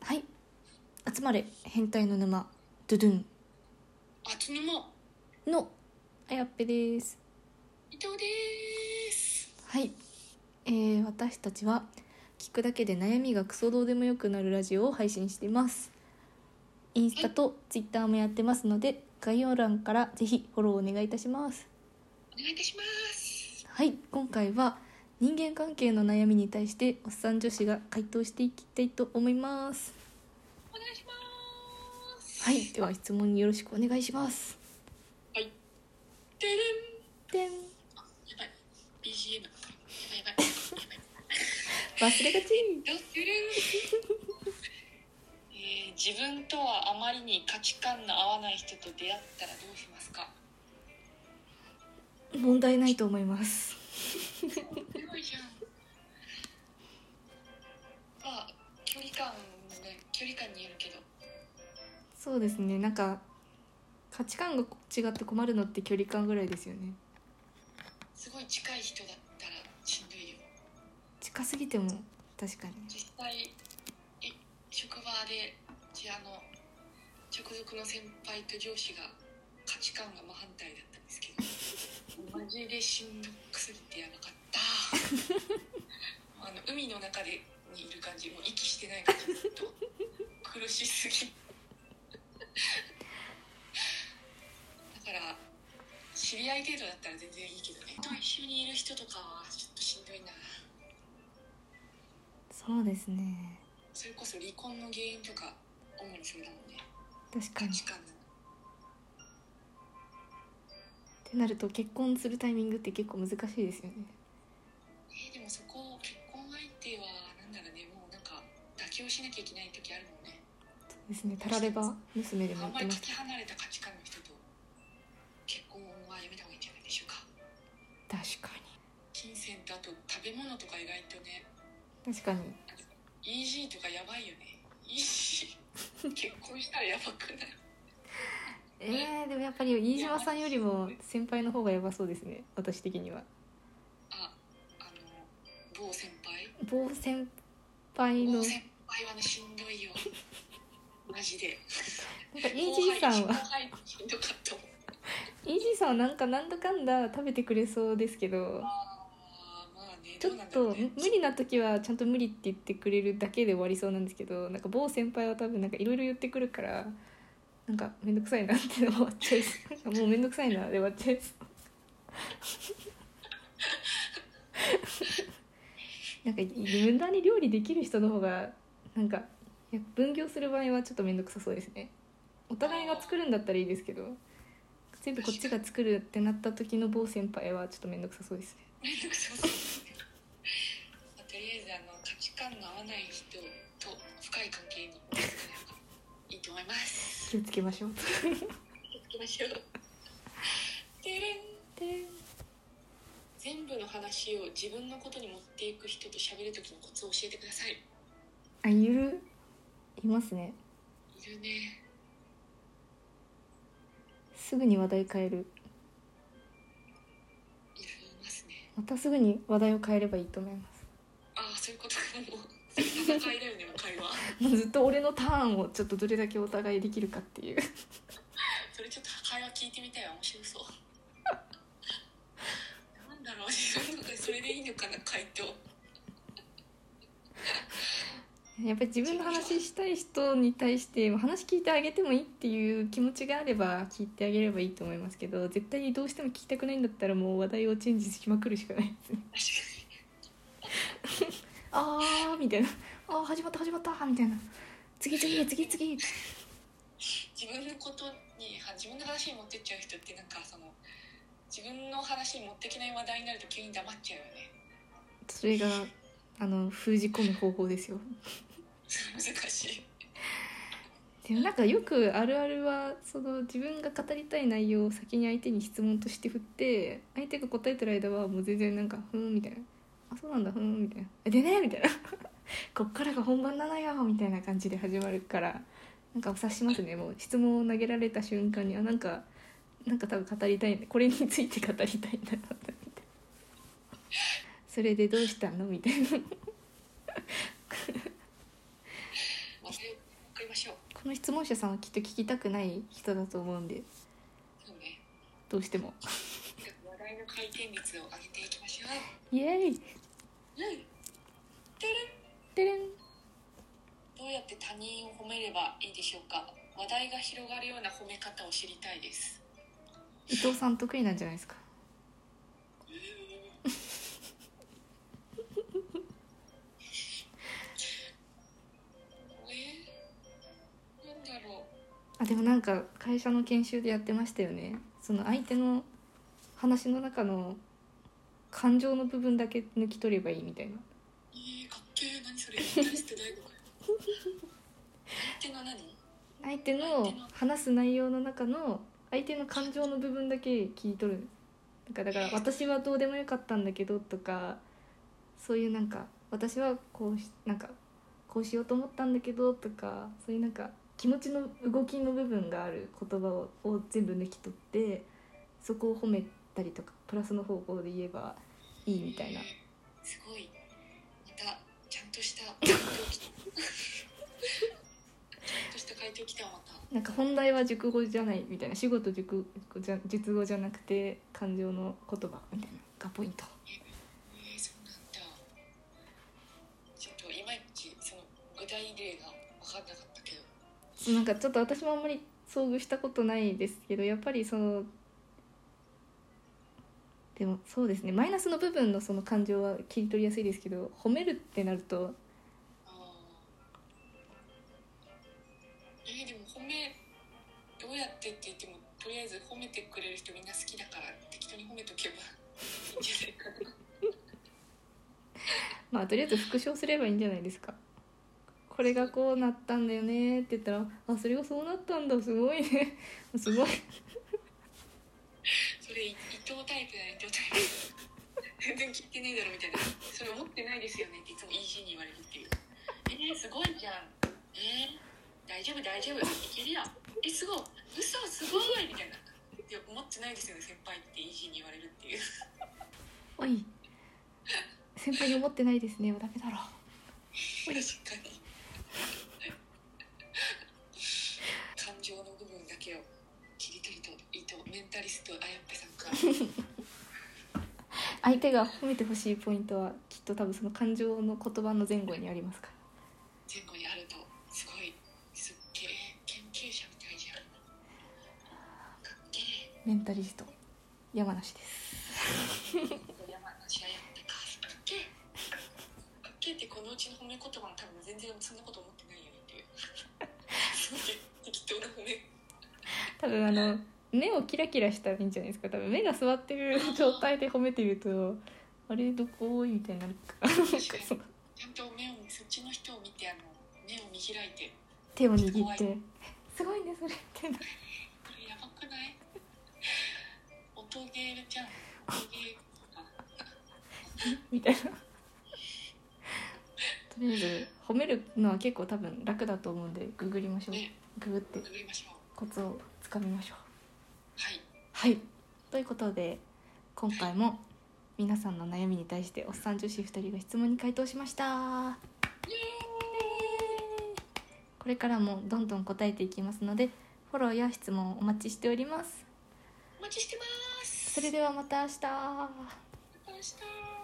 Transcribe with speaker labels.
Speaker 1: はい集まれ変態の沼ドゥドゥン
Speaker 2: あつぬも
Speaker 1: のあやっぺです
Speaker 2: 伊藤です
Speaker 1: はい、えー私たちは聞くだけで悩みがクソどうでもよくなるラジオを配信していますインスタとツイッターもやってますので概要欄からぜひフォローお願いいたします
Speaker 2: お願いいたします
Speaker 1: はい今回は人間関係の悩みに対しておっさん女子が回答していきたいと思います
Speaker 2: お願いします
Speaker 1: はいでは質問よろしくお願いします
Speaker 2: はいてれん
Speaker 1: でん
Speaker 2: やばい BGM やばいやばいやばい
Speaker 1: 忘れがち
Speaker 2: どうす るえー自分とはあまりに価値観の合わない人と出会ったらどうしますか
Speaker 1: 問題ないと思います
Speaker 2: すごいじゃんまあ距離感ね距離感によるけど
Speaker 1: そうですねなんか価値観が違って困るのって距離感ぐらいですよね
Speaker 2: すごい近い人だったらしんどいよ
Speaker 1: 近すぎても確かに
Speaker 2: 実際え職場でじあの直属の先輩と上司が価値観が真反対だったんですけどマジでしんどくすぎてやばかったあの海の中でにいる感じもう息してない感じずっと苦しすぎだから知り合い程度だったら全然いいけどねと一緒にいる人とかはちょっとしんどいな
Speaker 1: そうですね
Speaker 2: それこそ離婚の原因とか主にそれだもんね
Speaker 1: 確か
Speaker 2: 価
Speaker 1: にっ
Speaker 2: 値観の
Speaker 1: てなると結婚するタイミングって結構難しいですよね
Speaker 2: えーでもそこ結婚相手はなんだろうねもうなんか妥協しなきゃいけない時あるもんね
Speaker 1: そうですねたられば娘でも
Speaker 2: あ
Speaker 1: やって
Speaker 2: んまり
Speaker 1: ます
Speaker 2: かけ離れた価値観の人と結婚はやめた方がいいんじゃないでしょうか
Speaker 1: 確か
Speaker 2: 金銭とあと食べ物とか意外とね
Speaker 1: に確かに
Speaker 2: イージーとかやばいよねイージ ー結婚したらやばくない
Speaker 1: えー、でもやっぱり飯島さんよりも先輩の方がやばそうですね私的には
Speaker 2: ああの某先輩
Speaker 1: 某先輩のなん
Speaker 2: 某
Speaker 1: か
Speaker 2: 先輩はねしんどいよマジで
Speaker 1: EG さん
Speaker 2: 後
Speaker 1: は
Speaker 2: 輩後輩しんどかったもん
Speaker 1: EG さんはなんかなんだかんだ食べてくれそうですけど
Speaker 2: あーまあね
Speaker 1: ちょっ
Speaker 2: どうなんだろ
Speaker 1: と
Speaker 2: うね
Speaker 1: 無理な時はちゃんと無理って言ってくれるだけで終わりそうなんですけどなんか某先輩は多分なんかいろいろ言ってくるからなんか面倒くさいなって終わっちゃいそうなんかもう面倒くさいなで終わっちゃいそうなんか無駄に料理できる人の方がなんかいや分業する場合はちょっと面倒くさそうですねお互いが作るんだったらいいですけど全部こっちが作るってなった時の某先輩はちょっと面倒くさそうですね
Speaker 2: めんどくさそうまあとりあえずあの価値観の合わない人と深い関係になればいいと思います
Speaker 1: 気をつけましょう
Speaker 2: 行きましょうてれん
Speaker 1: で
Speaker 2: 全部の話を自分のことに持っていく人と喋るときのコツを教えてくださいい
Speaker 1: あいるいますね
Speaker 2: るね
Speaker 1: すぐに話題変える
Speaker 2: いますね
Speaker 1: またすぐに話題を変えればいいと思いま
Speaker 2: ああそういうことかもう 戦いだよねもう会話
Speaker 1: すもうずっと俺のターンをちょっとどれだけお互いできるかっていう
Speaker 2: それちょっと会話聞いてみたいわ面白そうなんだろう自分の中でそれでいいのかな回答
Speaker 1: やっぱり自分の話したい人に対して話聞いてあげてもいいっていう気持ちがあれば聞いてあげればいいと思いますけど絶対にどうしても聞きたくないんだったらもう話題をチェンジしまくるしかないですね
Speaker 2: 確かに
Speaker 1: あーみたいなあー始まった始まったみたいな次次次 次
Speaker 2: 自分のことには自分の話に持ってっちゃう人ってなんかその自分の話に持ってけない話題になると急に黙っちゃうよね
Speaker 1: それがあの封じ込む方法ですよ
Speaker 2: 難しい
Speaker 1: でもなんかよくあるあるはその自分が語りたい内容を先に相手に質問として振って相手が答えてる間はもう全然なんか「ふーん」みたいな「あそうなんだふーん」みたいな「でね」みたいな 「こっからが本番なのよ」みたいな感じで始まるからなんかお察しますねもう質問を投げられた瞬間にあなんかなんか多分語りたいこれについて語りたいんだなみたいなそれでどうしたのみたいな
Speaker 2: まあそれしょう
Speaker 1: この質問者さんはきっと聞きたくない人だと思うんで
Speaker 2: そうね
Speaker 1: どうしても
Speaker 2: 話題の回転率を上げていきましょう
Speaker 1: イエーイ
Speaker 2: うんてるん
Speaker 1: てれん
Speaker 2: どうやって他人を褒めればいいでしょうか話題が広がるような褒め方を知りたいです
Speaker 1: 伊藤さん得意なんじゃないですか
Speaker 2: えー、なんだろう
Speaker 1: あでもなんか会社の研修でやってましたよねその相手の話の中の感情の部分だけ抜き取ればいいみたいな
Speaker 2: えー、かっけえ何それ大してないのかよ相手の何
Speaker 1: 相手の話す内容の中の相手の感情の部分だけ聞いとるなんかだから「私はどうでもよかったんだけど」とかそういうなんか「私はこうしなんかこうしようと思ったんだけど」とかそういうなんか気持ちの動きの部分がある言葉をを全部抜き取ってそこを褒めたりとかプラスの方向で言えばいいみたいな
Speaker 2: すごいまたちゃんとした回答きちゃんとした回答きたまた
Speaker 1: なんか本題は熟語じゃないみたいな仕事熟語じゃ術語じゃなくて感情の言葉みたいなのがポイント。
Speaker 2: えー、そうなんだちょっといまいちその具体例が分かんなかったけど
Speaker 1: なんかちょっと私もあんまり遭遇したことないですけどやっぱりそのでもそうですねマイナスの部分のその感情は切り取りやすいですけど褒めるってなると
Speaker 2: あーえー、でも褒めどうやってって言ってもとりあえず褒めてくれる人みんな好きだから適当に褒めとけばいいんじゃないかな
Speaker 1: まあとりあえず復唱すればいいんじゃないですか。これがこうなったんだよねって言ったら「あそれがそうなったんだすごいねすごい
Speaker 2: それ伊藤タイプだね伊藤タイプ全然聞いてねえだろみたいなそれ思ってないですよねっていつも EG に言われるっていうえー、すごいじゃんえー、大丈夫大丈夫いけるよえすごい嘘すごいみたいないや思ってないですよね先輩って EG に言われるっていう
Speaker 1: おい先輩に思ってないですねはダメだろ
Speaker 2: 確かに感情の部分だけを切り取るといいとメンタリストあやっぺさんから
Speaker 1: 相手が褒めてほしいポイントはきっと多分その感情の言葉の前後にありますから。
Speaker 2: 前後にあるとすごいすっげえ研究者みたいじゃんかっけえ
Speaker 1: メンタリスト山梨です
Speaker 2: 山梨あやっぺかかっけえかっけえってこのうちの褒め言葉も多分全然そんなこと思ってないよねっていう適当な褒め
Speaker 1: 多分あの目をキラキラしたらいいんじゃないですか多分目が座ってる状態で褒めてるとあれどこみたいになるからなんかその
Speaker 2: ちゃんと目をそっちの人を見てあの目を見開いて
Speaker 1: 手を握って「すごいねそれ」ってな
Speaker 2: これやばくない音ゲーじゃん音ゲーあ
Speaker 1: みたいなとりあえず褒めるのは結構多分楽だと思うんでググりましょう
Speaker 2: ね
Speaker 1: ググって
Speaker 2: くぐりましょう
Speaker 1: コツをつかみましょう
Speaker 2: はい
Speaker 1: はいということで今回も皆さんの悩みに対しておっさん女子2人が質問に回答しました
Speaker 2: イエ
Speaker 1: これからもどんどん答えていきますのでフォローや質問お待ちしております
Speaker 2: ーイお待ちしてます
Speaker 1: それではまた明日
Speaker 2: また明日